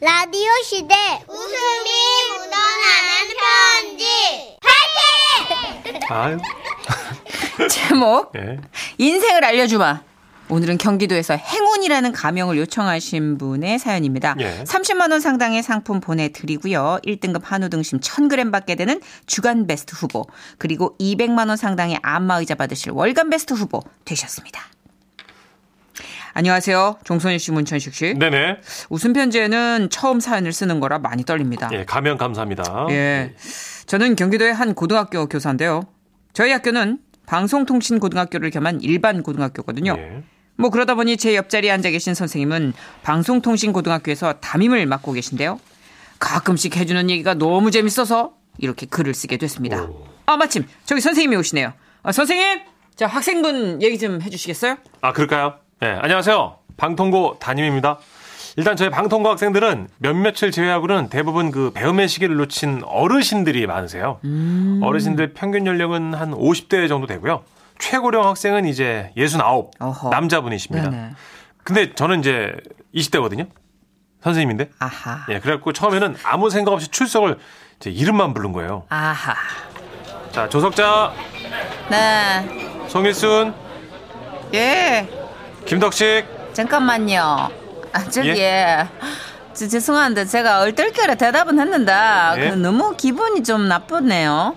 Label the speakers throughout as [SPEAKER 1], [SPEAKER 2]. [SPEAKER 1] 라디오 시대 웃음이 묻어나는 편지
[SPEAKER 2] 아유.
[SPEAKER 3] 제목
[SPEAKER 2] 예.
[SPEAKER 3] 인생을 알려주마. 오늘은 경기도에서 행운이라는 가명을 요청하신 분의 사연입니다.
[SPEAKER 2] 예.
[SPEAKER 3] 30만 원 상당의 상품 보내드리고요. 1등급 한우 등심 1,000g 받게 되는 주간 베스트 후보 그리고 200만 원 상당의 안마의자 받으실 월간 베스트 후보 되셨습니다. 안녕하세요. 종선희 씨, 문천식 씨.
[SPEAKER 2] 네네.
[SPEAKER 3] 웃음 편지에는 처음 사연을 쓰는 거라 많이 떨립니다.
[SPEAKER 2] 예, 가면 감사합니다.
[SPEAKER 3] 예. 저는 경기도의 한 고등학교 교사인데요. 저희 학교는 방송통신고등학교를 겸한 일반 고등학교거든요.
[SPEAKER 2] 예.
[SPEAKER 3] 뭐 그러다 보니 제 옆자리에 앉아 계신 선생님은 방송통신고등학교에서 담임을 맡고 계신데요. 가끔씩 해주는 얘기가 너무 재밌어서 이렇게 글을 쓰게 됐습니다. 아 마침 저기 선생님이 오시네요. 아, 선생님, 자 학생분 얘기 좀 해주시겠어요?
[SPEAKER 2] 아, 그럴까요? 예. 안녕하세요. 방통고 담임입니다. 일단 저희 방통고 학생들은 몇몇을 제외하고는 대부분 그 배움의 시기를 놓친 어르신들이 많으세요.
[SPEAKER 3] 음.
[SPEAKER 2] 어르신들 평균 연령은 한 50대 정도 되고요. 최고령 학생은 이제 69
[SPEAKER 3] 어허.
[SPEAKER 2] 남자분이십니다.
[SPEAKER 3] 네네.
[SPEAKER 2] 근데 저는 이제 20대거든요. 선생님인데.
[SPEAKER 3] 아하.
[SPEAKER 2] 예, 그래갖고 처음에는 아무 생각 없이 출석을 제 이름만 부른 거예요.
[SPEAKER 3] 아하.
[SPEAKER 2] 자, 조석자,
[SPEAKER 3] 네.
[SPEAKER 2] 송일순,
[SPEAKER 3] 예.
[SPEAKER 2] 김덕식.
[SPEAKER 3] 잠깐만요. 아, 저기,
[SPEAKER 2] 예?
[SPEAKER 3] 예? 저, 죄송한데 제가 얼떨결에 대답은 했는데
[SPEAKER 2] 예?
[SPEAKER 3] 그 너무 기분이 좀 나쁘네요.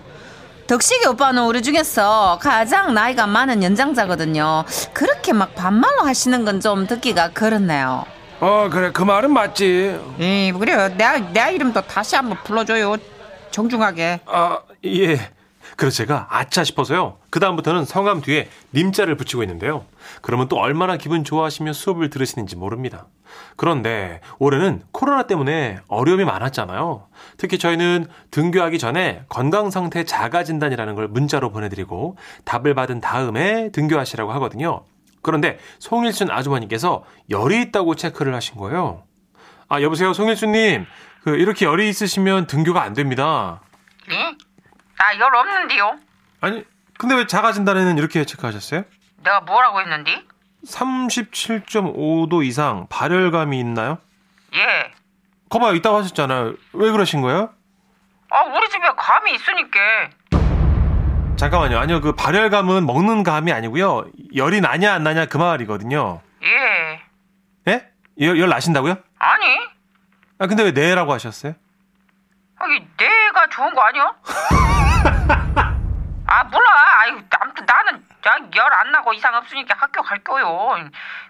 [SPEAKER 3] 덕식이 오빠는 우리 중에서 가장 나이가 많은 연장자거든요. 그렇게 막 반말로 하시는 건 좀 듣기가 그렇네요.
[SPEAKER 4] 어 그래 그 말은 맞지
[SPEAKER 3] 예, 그래요. 내, 내 이름도 다시 한번 불러줘요. 정중하게.
[SPEAKER 2] 아, 예. 그래서 제가 아차 싶어서요. 그다음부터는 성함 뒤에 님자를 붙이고 있는데요. 그러면 또 얼마나 기분 좋아하시며 수업을 들으시는지 모릅니다. 그런데 올해는 코로나 때문에 어려움이 많았잖아요. 특히 저희는 등교하기 전에 건강 상태 자가 진단이라는 걸 문자로 보내드리고 답을 받은 다음에 등교하시라고 하거든요. 그런데 송일순 아주머니께서 열이 있다고 체크를 하신 거예요. 아, 여보세요, 송일순님. 그, 이렇게 열이 있으시면 등교가 안 됩니다.
[SPEAKER 3] 예? 나 열 없는데요.
[SPEAKER 2] 아니, 근데 왜 자가진단에는 이렇게 체크하셨어요?
[SPEAKER 3] 내가 뭐라고 했는데?
[SPEAKER 2] 37.5도 이상 발열감이 있나요?
[SPEAKER 3] 예.
[SPEAKER 2] 거봐요, 있다고 하셨잖아요. 왜 그러신 거예요?
[SPEAKER 3] 아, 우리 집에 감이 있으니까.
[SPEAKER 2] 잠깐만요. 아니요, 그 발열감은 먹는 감이 아니고요. 열이 나냐 안 나냐 그 말이거든요.
[SPEAKER 3] 예.
[SPEAKER 2] 예? 열, 열 나신다고요?
[SPEAKER 3] 아니,
[SPEAKER 2] 아, 근데 왜 네라고 하셨어요?
[SPEAKER 3] 여기 내가 좋은 거 아니야? 아 몰라. 아유, 아무튼 나는 열 안 나고 이상 없으니까 학교 갈 거요.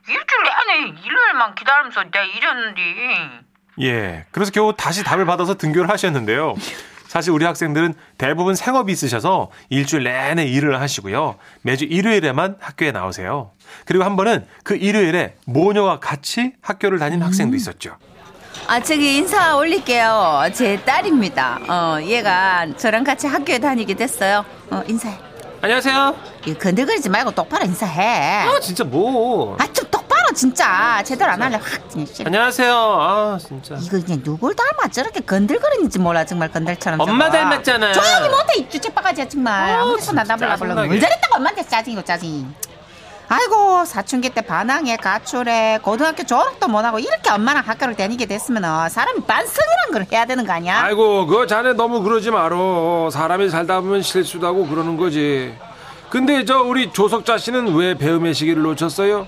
[SPEAKER 3] 일주일 내내 일요일만 기다리면서 내가 이랬는데.
[SPEAKER 2] 예. 그래서 겨우 다시 답을 받아서 등교를 하셨는데요. 사실 우리 학생들은 대부분 생업이 있으셔서 일주일 내내 일을 하시고요. 매주 일요일에만 학교에 나오세요. 그리고 한 번은 그 일요일에 모녀와 같이 학교를 다닌 학생도 있었죠.
[SPEAKER 3] 아 저기 인사 올릴게요. 제 딸입니다. 어 얘가 저랑 같이 학교에 다니게 됐어요. 어 인사해.
[SPEAKER 2] 안녕하세요. 아,
[SPEAKER 3] 이거 건들거리지 말고 똑바로 인사해.
[SPEAKER 2] 진짜 뭐.
[SPEAKER 3] 아 좀 똑바로 진짜 제대로 안 할래 확 그냥 싫어.
[SPEAKER 2] 안녕하세요. 아, 진짜.
[SPEAKER 3] 이거 그냥 누굴 닮아 저렇게 건들거리는지 몰라 정말 건달처럼
[SPEAKER 2] 엄마
[SPEAKER 3] 저거.
[SPEAKER 2] 닮았잖아요.
[SPEAKER 3] 조용히 못해 이 주제바가지야 정말 아무데서나 나불라 불러
[SPEAKER 2] 짜증나게.
[SPEAKER 3] 뭘 잘했다고 엄마한테 짜증이고 짜증 아이고 사춘기 때 반항에 가출해 고등학교 졸업도 못하고 이렇게 엄마랑 학교를 다니게 됐으면 어, 사람이 반성이란 걸 해야 되는 거 아니야
[SPEAKER 4] 아이고 그 자네 너무 그러지 마라 사람이 살다 보면 실수도 하고 그러는 거지 근데 저 우리 조석자 씨는 왜 배움의 시기를 놓쳤어요?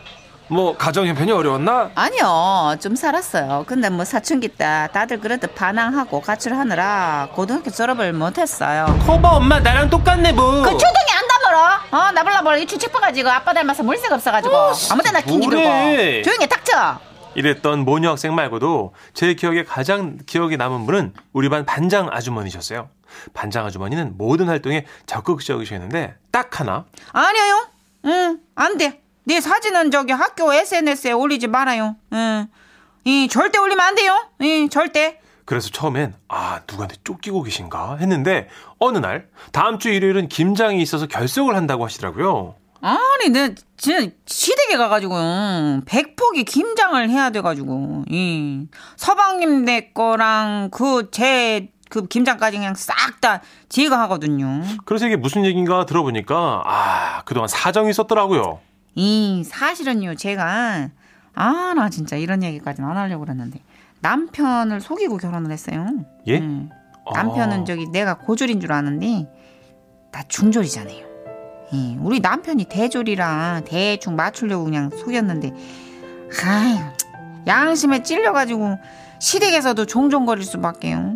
[SPEAKER 4] 뭐 가정 형편이 어려웠나?
[SPEAKER 3] 아니요, 좀 살았어요. 근데 뭐 사춘기 때 다들 그래도 반항하고 가출하느라 고등학교 졸업을 못했어요.
[SPEAKER 2] 커버 엄마 나랑 똑같네 뭐.
[SPEAKER 3] 그 초등이 안다 멀어. 어, 나불라 멀어. 이 추측봐가지고 아빠 닮아서 물색 없어가지고 아무 데나 끼기 들고
[SPEAKER 2] 뭐래.
[SPEAKER 3] 조용히 닥쳐.
[SPEAKER 2] 이랬던 모녀 학생 말고도 제 기억에 가장 기억에 남은 분은 우리 반 반장 아주머니셨어요. 반장 아주머니는 모든 활동에 적극적이셨는데 딱 하나
[SPEAKER 3] 아니요. 응, 안 돼. 네 사진은 저기 학교 SNS에 올리지 말아요. 응. 이 절대 올리면 안 돼요. 이 절대.
[SPEAKER 2] 그래서 처음엔 아 누구한테 쫓기고 계신가 했는데 어느 날 다음 주 일요일은 김장이 있어서 결석을 한다고 하시더라고요.
[SPEAKER 3] 아니, 내 진짜 시댁에 가가지고 백폭이 김장을 해야 돼가지고 이 서방님 내 거랑 그 제 그 김장까지 그냥 싹 다 제가 하거든요.
[SPEAKER 2] 그래서 이게 무슨 얘기인가 들어보니까 아 그동안 사정이 있었더라고요.
[SPEAKER 3] 이 사실은요 제가 아, 나 진짜 이런 얘기까지는 안 하려고 그랬는데. 남편을 속이고 결혼을 했어요.
[SPEAKER 2] 예?
[SPEAKER 3] 음. 남편은
[SPEAKER 2] 아.
[SPEAKER 3] 저기 내가 고졸인 줄 아는데 나 중졸이잖아요. 예, 우리 남편이 대졸이라 대충 맞추려고 그냥 속였는데 아유 양심에 찔려가지고 시댁에서도 종종거릴 수밖에요.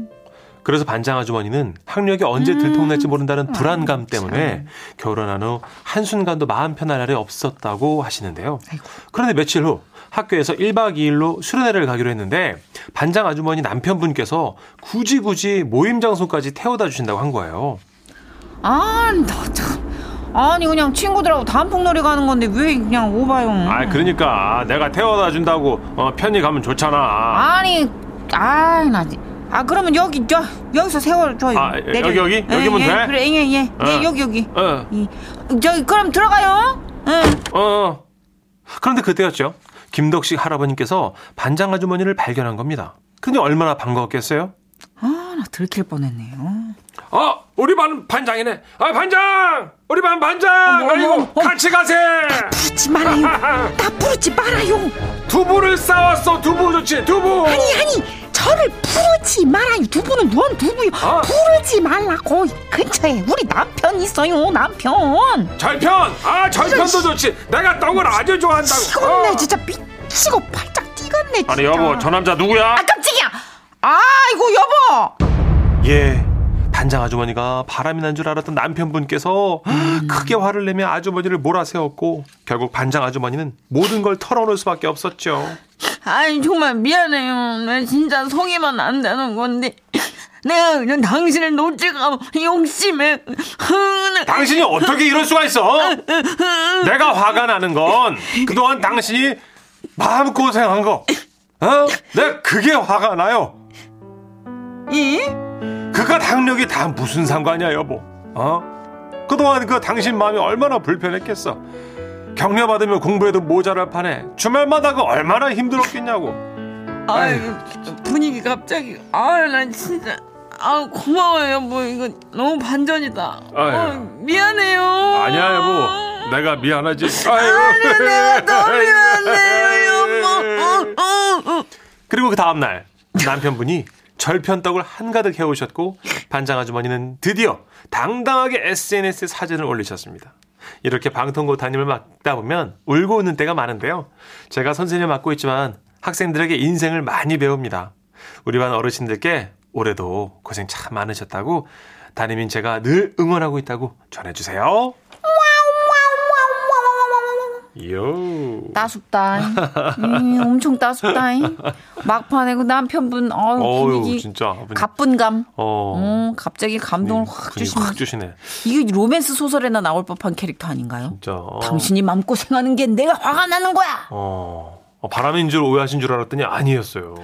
[SPEAKER 2] 그래서 반장 아주머니는 학력이
[SPEAKER 3] 음,
[SPEAKER 2] 언제 들통날지 모른다는
[SPEAKER 3] 아,
[SPEAKER 2] 불안감 때문에 결혼한 후 한순간도 마음 편할 날이 없었다고 하시는데요.
[SPEAKER 3] 아이고.
[SPEAKER 2] 그런데 며칠 후 학교에서 1박 2일로 수련회를 가기로 했는데 반장 아주머니 남편분께서 굳이 굳이 모임 장소까지 태워다 주신다고 한 거예요.
[SPEAKER 3] 아, 나 참. 아니 그냥 친구들하고 단풍놀이 가는 건데 왜 그냥 오바요?
[SPEAKER 2] 아, 그러니까 내가 태워다 준다고 어, 편히 가면 좋잖아.
[SPEAKER 3] 아니, 아, 나, 지- 아 그러면 여기 저 여기서 세워줘요.
[SPEAKER 2] 아, 여-
[SPEAKER 3] 내려요.
[SPEAKER 2] 여기, 여기? 여기면
[SPEAKER 3] 예,
[SPEAKER 2] 돼?
[SPEAKER 3] 그래, 예, 예, 예,
[SPEAKER 2] 어.
[SPEAKER 3] 여기 여기.
[SPEAKER 2] 어.
[SPEAKER 3] 이, 저기 그럼 들어가요. 예. 응.
[SPEAKER 2] 어. 그런데 그때였죠. 김덕식 할아버님께서 반장 아주머니를 발견한 겁니다. 근데 얼마나 반가웠겠어요?
[SPEAKER 3] 아, 나 들킬 뻔했네요.
[SPEAKER 4] 어, 우리 반 반장이네. 아, 반장! 우리 반 반장!
[SPEAKER 3] 어머,
[SPEAKER 4] 아이고,
[SPEAKER 3] 어머, 어머.
[SPEAKER 4] 같이 가세!
[SPEAKER 3] 부르지 말아요. 나 부르지 말아요.
[SPEAKER 4] 두부를 싸왔어, 두부 좋지, 두부!
[SPEAKER 5] 아니 아니 저를 부르지 말아요 두 분은 뭔 두부요
[SPEAKER 4] 아.
[SPEAKER 5] 부르지 말라고 이 근처에 우리 남편 있어요 남편
[SPEAKER 4] 절편! 아, 절편도 좋지! 내가 떡을 아주 좋아한다고!
[SPEAKER 5] 미치겠네
[SPEAKER 4] 어.
[SPEAKER 5] 진짜 미치고 팔짝 뛰겠네 진짜
[SPEAKER 2] 남자 누구야?
[SPEAKER 5] 아 깜짝이야
[SPEAKER 3] 아이고 여보.
[SPEAKER 2] 예. 반장 아주머니가 바람이 난 줄 알았던 남편분께서 크게 화를 내며 아주머니를 몰아세웠고 결국 반장 아주머니는 모든 걸 털어놓을 수밖에 없었죠.
[SPEAKER 3] 아니 정말 미안해요. 나 진짜 속이면 안 되는 건데 내가 그냥 당신을 놓치고 욕심에 흥을
[SPEAKER 2] 당신이 어떻게 이럴 수가 있어? 내가 화가 나는 건 그동안 당신이 마음고생한 거. 어? 내가 그게 화가 나요.
[SPEAKER 3] 이
[SPEAKER 2] 그깟 학력이 다 무슨 상관이야 여보 어? 그동안 그 당신 마음이 얼마나 불편했겠어 격려 받으며 공부해도 모자랄 판에 주말마다 그 얼마나 힘들었겠냐고
[SPEAKER 3] 아유 분위기 갑자기 아유 난 진짜 아 고마워요 뭐 이거 너무 반전이다
[SPEAKER 2] 아유.
[SPEAKER 3] 어, 미안해요
[SPEAKER 2] 아니야 뭐. 여보 내가 미안하지
[SPEAKER 3] 아니 내가 너무 미안해요 여보 어, 어, 어.
[SPEAKER 2] 그리고 그 다음날 남편분이 절편떡을 한가득 해오셨고 반장 아주머니는 드디어 당당하게 SNS에 사진을 올리셨습니다. 이렇게 방통고 담임을 맡다 보면 울고 웃는 때가 많은데요. 제가 선생님을 맡고 있지만 학생들에게 인생을 많이 배웁니다. 우리 반 어르신들께 올해도 고생 참 많으셨다고 담임인 제가 늘 응원하고 있다고 전해주세요. 요.
[SPEAKER 3] 따숩다 음, 엄청 따숩다 막판에 그 남편분 어우
[SPEAKER 2] 어유
[SPEAKER 3] 분위기
[SPEAKER 2] 진짜 아버님.
[SPEAKER 3] 가뿐감
[SPEAKER 2] 어.
[SPEAKER 3] 어, 갑자기 감동을 확
[SPEAKER 2] 분위기
[SPEAKER 3] 주시면서
[SPEAKER 2] 확 주시네.
[SPEAKER 3] 이게 로맨스 소설에나 나올 법한 캐릭터 아닌가요?
[SPEAKER 2] 진짜. 어.
[SPEAKER 3] 당신이 맘고생하는 게 내가 화가 나는 거야
[SPEAKER 2] 어, 어, 바람인 줄 오해하신 줄 알았더니 아니었어요.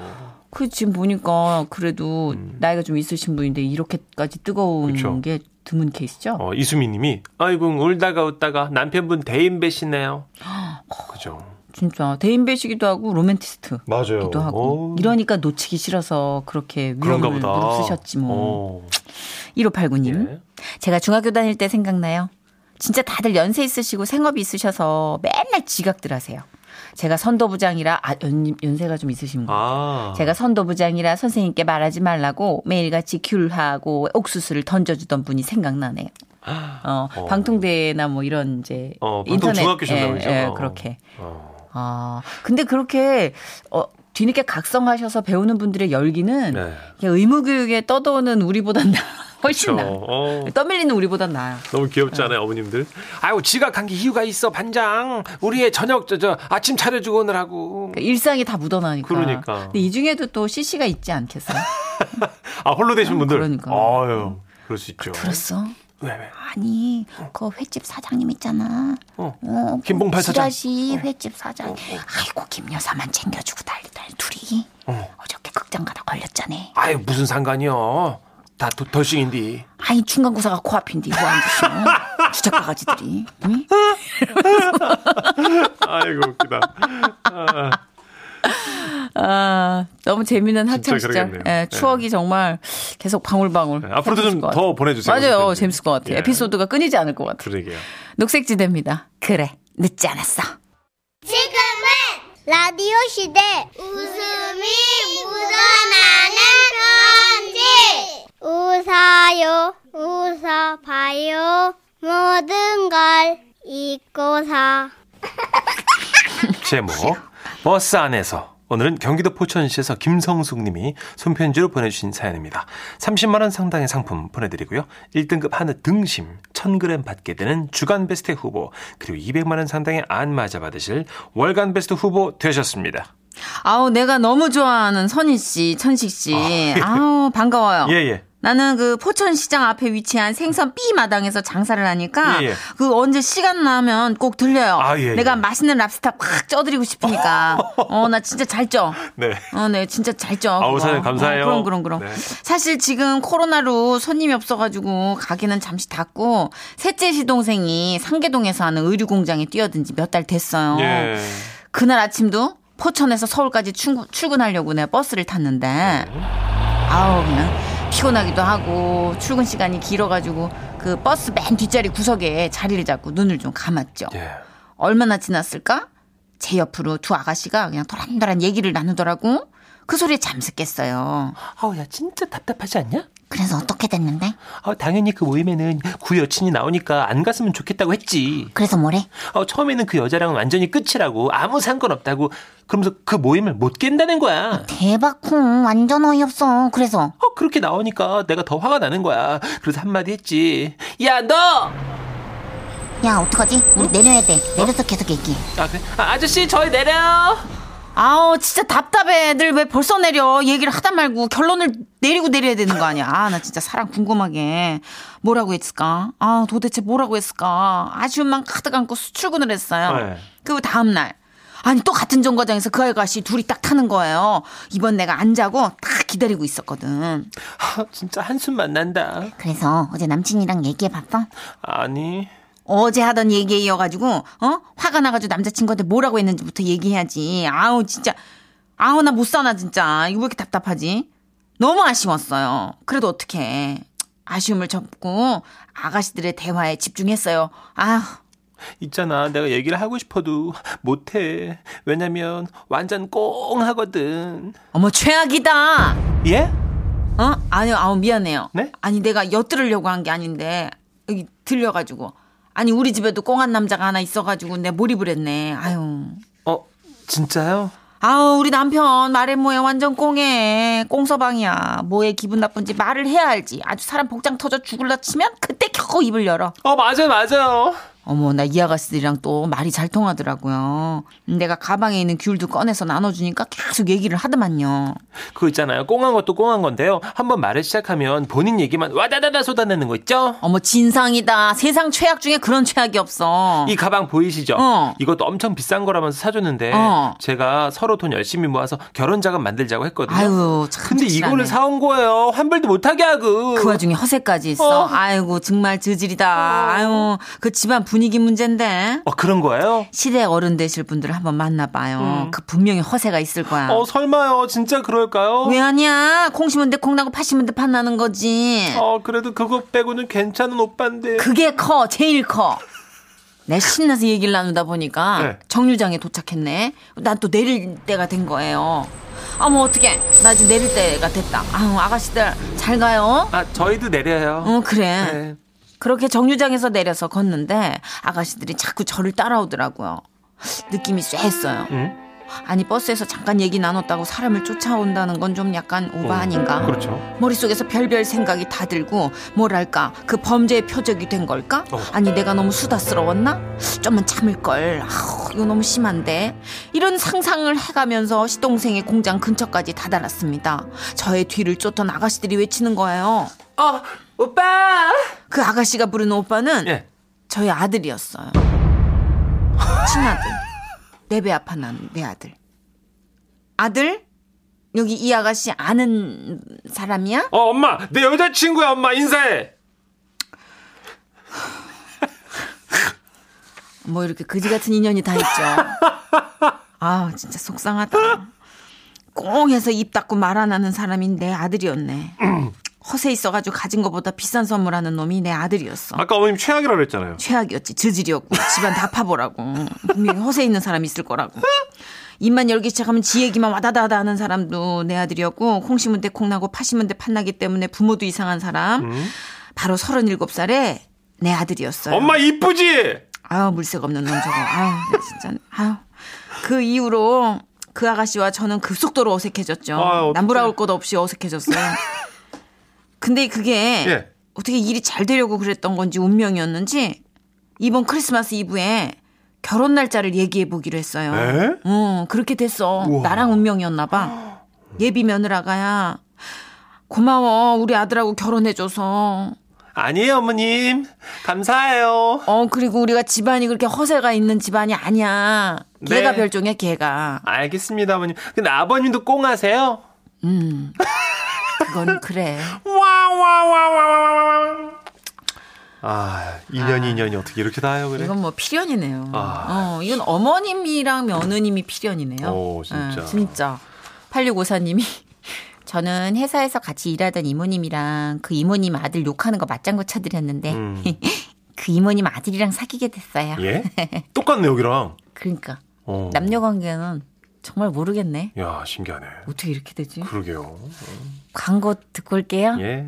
[SPEAKER 3] 그 지금 보니까 그래도 나이가 좀 있으신 분인데 이렇게까지 뜨거운
[SPEAKER 2] 음. 그쵸.
[SPEAKER 3] 게 드문 케이스죠.
[SPEAKER 2] 어, 이수미 님이, 아이고, 울다가 웃다가 남편분 대인 배시네요. 그죠.
[SPEAKER 3] 진짜 대인 배시기도 하고 로맨티스트기도
[SPEAKER 2] 맞아요.
[SPEAKER 3] 하고
[SPEAKER 2] 어,
[SPEAKER 3] 이러니까 놓치기 싫어서 그렇게
[SPEAKER 2] 그런가
[SPEAKER 3] 위험을
[SPEAKER 2] 보다.
[SPEAKER 3] 무릅쓰셨지 뭐.
[SPEAKER 2] 어,
[SPEAKER 5] 1589님
[SPEAKER 2] 예.
[SPEAKER 5] 제가 중학교 다닐 때 생각나요 진짜 다들 연세 있으시고 생업이 있으셔서 맨날 지각들 하세요 제가 선도부장이라 아, 연, 연세가 좀 있으신 거
[SPEAKER 2] 아.
[SPEAKER 5] 제가 선도부장이라 선생님께 말하지 말라고 매일같이 귤하고 옥수수를 던져주던 분이 생각나네요. 어,
[SPEAKER 2] 어.
[SPEAKER 5] 방통대나 뭐 이런 이제
[SPEAKER 2] 어, 방통
[SPEAKER 5] 인터넷
[SPEAKER 2] 중학교셨나 보죠?
[SPEAKER 5] 예,
[SPEAKER 2] 어.
[SPEAKER 5] 그렇게.
[SPEAKER 2] 어,
[SPEAKER 5] 아 근데 그렇게 어, 뒤늦게 각성하셔서 배우는 분들의
[SPEAKER 3] 음,
[SPEAKER 5] 열기는
[SPEAKER 2] 네.
[SPEAKER 5] 이게 의무교육에 떠도는 우리보단 나 훨씬
[SPEAKER 2] 그쵸.
[SPEAKER 5] 나.
[SPEAKER 2] 어,
[SPEAKER 5] 떠밀리는 우리보단 나아요.
[SPEAKER 2] 너무 귀엽지
[SPEAKER 3] 음.
[SPEAKER 2] 않아요, 어머님들?
[SPEAKER 4] 아유, 지각한 게 이유가 있어, 반장! 우리의 저녁, 저, 저, 아침 차려주고 오느라고.
[SPEAKER 5] 그러니까 일상이 다 묻어나니까.
[SPEAKER 2] 그러니까.
[SPEAKER 5] 근데 이 중에도 또 CC가 있지 않겠어요?
[SPEAKER 2] 아, 홀로 되신 분들.
[SPEAKER 5] 그러니까.
[SPEAKER 2] 아유, 그럴 수 있죠.
[SPEAKER 5] 들었어?
[SPEAKER 2] 왜, 왜.
[SPEAKER 5] 아니 그 횟집 사장님 있잖아.
[SPEAKER 2] 어.
[SPEAKER 5] 어,
[SPEAKER 2] 김봉팔 사장. 어.
[SPEAKER 5] 지라시 횟집 사장. 아이고 김 여사만 챙겨주고 난리다 둘이.
[SPEAKER 2] 어.
[SPEAKER 5] 어. 저께 극장 가다 걸렸잖아.
[SPEAKER 4] 아유, 무슨 상관이요? 다 도, 덜싱인디.
[SPEAKER 5] 아이 중간고사가 코앞인데 이거 앉으시면 주작바가지들이. 응?
[SPEAKER 2] 아이고, 웃기다.
[SPEAKER 5] 아 너무 재미있는
[SPEAKER 2] 진짜
[SPEAKER 5] 학창 시절.
[SPEAKER 2] 그러겠네요.
[SPEAKER 5] 예,
[SPEAKER 2] 네.
[SPEAKER 5] 추억이 정말 계속 방울방울.
[SPEAKER 2] 네, 앞으로도
[SPEAKER 5] 새로울
[SPEAKER 2] 좀
[SPEAKER 5] 것 같아요.
[SPEAKER 2] 더 보내주세요.
[SPEAKER 5] 맞아요, 그-
[SPEAKER 2] 선생님.
[SPEAKER 5] 재밌을 것 같아요.
[SPEAKER 2] 예.
[SPEAKER 5] 에피소드가 끊이지 않을 것 같아요.
[SPEAKER 2] 그러게요.
[SPEAKER 5] 녹색지대입니다. 그래 늦지 않았어.
[SPEAKER 1] 지금은 라디오 시대 웃음이 묻어나는 편지 웃어요 웃어봐요 모든 걸 잊고서
[SPEAKER 2] 제목 버스 안에서 오늘은 경기도 포천시에서 김성숙 님이 손편지로 보내주신 사연입니다. 30만 원 상당의 상품 보내드리고요. 1등급 한우 등심 1000g 받게 되는 주간베스트 후보 그리고 200만 원 상당의 안마자 받으실 월간베스트 후보 되셨습니다.
[SPEAKER 5] 아우 내가 너무 좋아하는 선희 씨, 천식 씨. 아우 예. 반가워요.
[SPEAKER 2] 예예.
[SPEAKER 5] 나는 그 포천시장 앞에 위치한 생선 B 마당에서 장사를 하니까
[SPEAKER 2] 예, 예.
[SPEAKER 5] 그 언제 시간 나면 꼭 들려요.
[SPEAKER 2] 아, 예, 예.
[SPEAKER 5] 내가 맛있는 랍스타 팍 쪄드리고 싶으니까. 어 나 진짜 잘 쪄.
[SPEAKER 2] 네.
[SPEAKER 5] 어, 네, 진짜 잘 쪄.
[SPEAKER 2] 아우,
[SPEAKER 5] 그거.
[SPEAKER 2] 사장님 감사해요.
[SPEAKER 5] 어, 그럼, 그럼, 그럼.
[SPEAKER 2] 네.
[SPEAKER 5] 사실 지금 코로나로 손님이 없어가지고 가게는 잠시 닫고 셋째 시동생이 상계동에서 하는 의류 공장에 뛰어든 지 몇 달 됐어요.
[SPEAKER 2] 예.
[SPEAKER 5] 그날 아침도 포천에서 서울까지 출- 출근하려고 내가 버스를 탔는데 아우 그냥 피곤하기도 하고 출근 시간이 길어가지고 그 버스 맨 뒷자리 구석에 자리를 잡고 눈을 좀 감았죠.
[SPEAKER 2] 예.
[SPEAKER 5] 얼마나 지났을까? 제 옆으로 두 아가씨가 그냥 도란도란 얘기를 나누더라고. 그 소리에 잠수겠어요.
[SPEAKER 2] 아우 야 진짜 답답하지 않냐?
[SPEAKER 5] 그래서 어떻게 됐는데?
[SPEAKER 2] 아 당연히 그 모임에는 구 여친이 나오니까 안 갔으면 좋겠다고 했지.
[SPEAKER 5] 그래서 뭐래?
[SPEAKER 2] 어, 처음에는 그 여자랑은 완전히 끝이라고 아무 상관없다고 그러면서 그 모임을 못 깬다는 거야.
[SPEAKER 5] 대박 콩 완전 어이없어. 그래서
[SPEAKER 2] 어, 그렇게 나오니까 내가 더 화가 나는 거야. 그래서 한마디 했지. 야, 너! 아,
[SPEAKER 5] 야 어떡하지? 우리 내려야 돼. 내려서 계속 얘기해.
[SPEAKER 2] 아, 그래? 아, 아저씨, 저희 내려!
[SPEAKER 5] 아우 진짜 답답해. 애들 왜 벌써 내려? 얘기를 하다 말고 결론을 내리고 내려야 되는 거 아니야? 아 나 진짜 사람 궁금하게 뭐라고 했을까? 아 도대체 뭐라고 했을까? 아쉬움만 가득 안고 수- 출근을 했어요.
[SPEAKER 2] 네.
[SPEAKER 5] 그리고 다음 날 아니 또 같은 정거장에서 그 아가씨 둘이 딱 타는 거예요. 이번 내가 안 자고 딱 기다리고 있었거든.
[SPEAKER 2] 아, 진짜 한숨만 난다.
[SPEAKER 5] 그래서 어제 남친이랑 얘기해 봤어?
[SPEAKER 2] 아니.
[SPEAKER 5] 어제 하던 얘기에 이어가지고 어 화가 나가지고 남자친구한테 뭐라고 했는지부터 얘기해야지 아우 진짜 아우 나 못 사나 진짜 이거 왜 이렇게 답답하지 너무 아쉬웠어요 그래도 어떡해 아쉬움을 접고 아가씨들의 대화에 집중했어요 아
[SPEAKER 2] 있잖아, 내가 얘기를 하고 싶어도 못해. 왜냐면, 완전 꽁 하거든.
[SPEAKER 5] 어머 최악이다
[SPEAKER 2] 예?
[SPEAKER 5] 어 아니요 아우 미안해요
[SPEAKER 2] 네?
[SPEAKER 5] 아니 내가 엿들으려고 한 게 아닌데 여기 들려가지고 아니 우리 집에도 꽁한 남자가 하나 있어가지고 내 몰입을 했네 아유
[SPEAKER 2] 어, 진짜요?
[SPEAKER 5] 아우 우리 남편 말해 뭐해 완전 꽁해 꽁서방이야 뭐에 기분 나쁜지 말을 해야 알지 아주 사람 복장 터져 죽을라 치면 그때 겨우 입을 열어
[SPEAKER 2] 어, 맞아요, 맞아요.
[SPEAKER 5] 어머 나 이 아가씨들이랑 또 말이 잘 통하더라고요 음, 내가 가방에 있는 귤도 꺼내서 나눠주니까 계속 얘기를 하더만요
[SPEAKER 2] 그거 있잖아요. 꽁한 것도 꽁한 건데요. 한번 말을 시작하면 본인 얘기만 와다다다 쏟아내는 거 있죠?
[SPEAKER 5] 어머 진상이다 세상 최악 중에 그런 최악이 없어
[SPEAKER 2] 이 가방 보이시죠?
[SPEAKER 5] 어.
[SPEAKER 2] 이것도 엄청 비싼 거라면서 사줬는데
[SPEAKER 5] 어.
[SPEAKER 2] 제가 서로 돈 열심히 모아서 결혼 자금 만들자고 했거든요.
[SPEAKER 5] 아유 참
[SPEAKER 2] 근데
[SPEAKER 5] 착실하네.
[SPEAKER 2] 이거를 사온 거예요. 환불도 못하게 하고.
[SPEAKER 5] 그 와중에 허세까지 있어.
[SPEAKER 2] 어.
[SPEAKER 5] 아이고 정말 저질이다. 아유 그 집안 분위기 문제인데.
[SPEAKER 2] 어, 그런 거예요?
[SPEAKER 5] 시대 어른 되실 분들을 한번 만나봐요. 그 분명히 허세가 있을 거야.
[SPEAKER 2] 음. 어, 설마요. 진짜 그럴까요?
[SPEAKER 5] 아. 왜 아니야? 콩 심은 데 콩나고 팥 심은 데 팥 나는 거지.
[SPEAKER 2] 어, 그래도 그거 빼고는 괜찮은 오빠인데.
[SPEAKER 5] 그게 커, 제일 커. 내 신나서 얘기를 나누다 보니까
[SPEAKER 2] 네.
[SPEAKER 5] 정류장에 도착했네. 난 또 내릴 때가 된 거예요. 아, 뭐 어머 어떡해. 나 지금 내릴 때가 됐다. 아유 아가씨들 잘 가요.
[SPEAKER 2] 아, 저희도 내려요.
[SPEAKER 5] 어 그래.
[SPEAKER 2] 네.
[SPEAKER 5] 그렇게 정류장에서 내려서 걷는데 아가씨들이 자꾸 저를 따라오더라고요. 느낌이 쎄했어요.
[SPEAKER 2] 응?
[SPEAKER 5] 아니 버스에서 잠깐 얘기 나눴다고 사람을 쫓아온다는 건 좀 약간 오바 아닌가?
[SPEAKER 2] 그렇죠.
[SPEAKER 5] 머릿속에서 별별 생각이 다 들고 뭐랄까 그 범죄의 표적이 된 걸까?
[SPEAKER 2] 어.
[SPEAKER 5] 아니 내가 너무 수다스러웠나? 좀만 참을 걸. 아우 이거 너무 심한데. 이런 상상을 해가면서 시동생의 공장 근처까지 다다랐습니다. 저의 뒤를 쫓던 아가씨들이 외치는 거예요.
[SPEAKER 2] 어, 오빠!
[SPEAKER 5] 그 아가씨가 부르는 오빠는
[SPEAKER 2] 예.
[SPEAKER 5] 저희 아들이었어요. 친아들. 내 배 아파 난 내 아들. 아들? 여기 이 아가씨 아는 사람이야?
[SPEAKER 4] 어, 엄마, 내 여자친구야, 엄마, 인사해.
[SPEAKER 5] 뭐 이렇게 그지 같은 인연이 다 있죠. 아 진짜 속상하다. 꽁해서 입 닫고 말 안 하는 사람이 내 아들이었네. 허세 있어가지고 가진 것보다 비싼 선물하는 놈이 내 아들이었어.
[SPEAKER 2] 아까 어머님 최악이라고 그랬잖아요.
[SPEAKER 5] 최악이었지. 저질이었고 집안 다 파보라고. 분명히 허세 있는 사람이 있을 거라고. 입만 열기 시작하면 지 얘기만 와다다다 하는 사람도 내 아들이었고 콩심은 데 콩나고 파심은 데 판나기 때문에 부모도 이상한 사람 바로 37살에 내 아들이었어요.
[SPEAKER 2] 엄마 이쁘지?
[SPEAKER 5] 아유 물색 없는 놈 저거 아유 나 진짜 아유 그 이후로 그 아가씨와 저는 급속도로 어색해졌죠
[SPEAKER 2] 아유, 어떡해.
[SPEAKER 5] 남부라울 것 없이 어색해졌어요 근데 그게
[SPEAKER 2] 예.
[SPEAKER 5] 어떻게 일이 잘 되려고 그랬던 건지 운명이었는지 이번 크리스마스 이브에 결혼 날짜를 얘기해 보기로 했어요
[SPEAKER 2] 에?
[SPEAKER 5] 어 그렇게 됐어
[SPEAKER 2] 우와.
[SPEAKER 5] 나랑 운명이었나 봐 예비 며느라가야 고마워 우리 아들하고 결혼해줘서
[SPEAKER 2] 아니에요, 어머님. 감사해요.
[SPEAKER 5] 어, 그리고 우리가 집안이 그렇게 허세가 있는 집안이 아니야.
[SPEAKER 2] 네.
[SPEAKER 5] 걔가 별종이야, 걔가.
[SPEAKER 2] 알겠습니다, 어머님. 근데 아버님도 꽁하세요?
[SPEAKER 5] 음. 그건 그래.
[SPEAKER 2] 와와와와와와. 아, 1년이 2년이 어떻게 이렇게 다요, 그래?
[SPEAKER 5] 이건 뭐 필연이네요.
[SPEAKER 2] 아.
[SPEAKER 5] 어, 이건 어머님이랑 며느님이 필연이네요.
[SPEAKER 2] 오, 진짜.
[SPEAKER 5] 예, 진짜. 8654님이. 저는 회사에서 같이 일하던 이모님이랑 그 이모님 아들 욕하는 거 맞장구 쳐드렸는데
[SPEAKER 2] 음.
[SPEAKER 5] 그 이모님 아들이랑 사귀게 됐어요.
[SPEAKER 2] 예? 똑같네, 여기랑.
[SPEAKER 5] 그러니까
[SPEAKER 2] 어.
[SPEAKER 5] 남녀 관계는 정말 모르겠네.
[SPEAKER 2] 야, 신기하네.
[SPEAKER 5] 그 어떻게 이렇게 되지?
[SPEAKER 2] 그러게요.
[SPEAKER 5] 광고 듣고 올게요.
[SPEAKER 2] 예.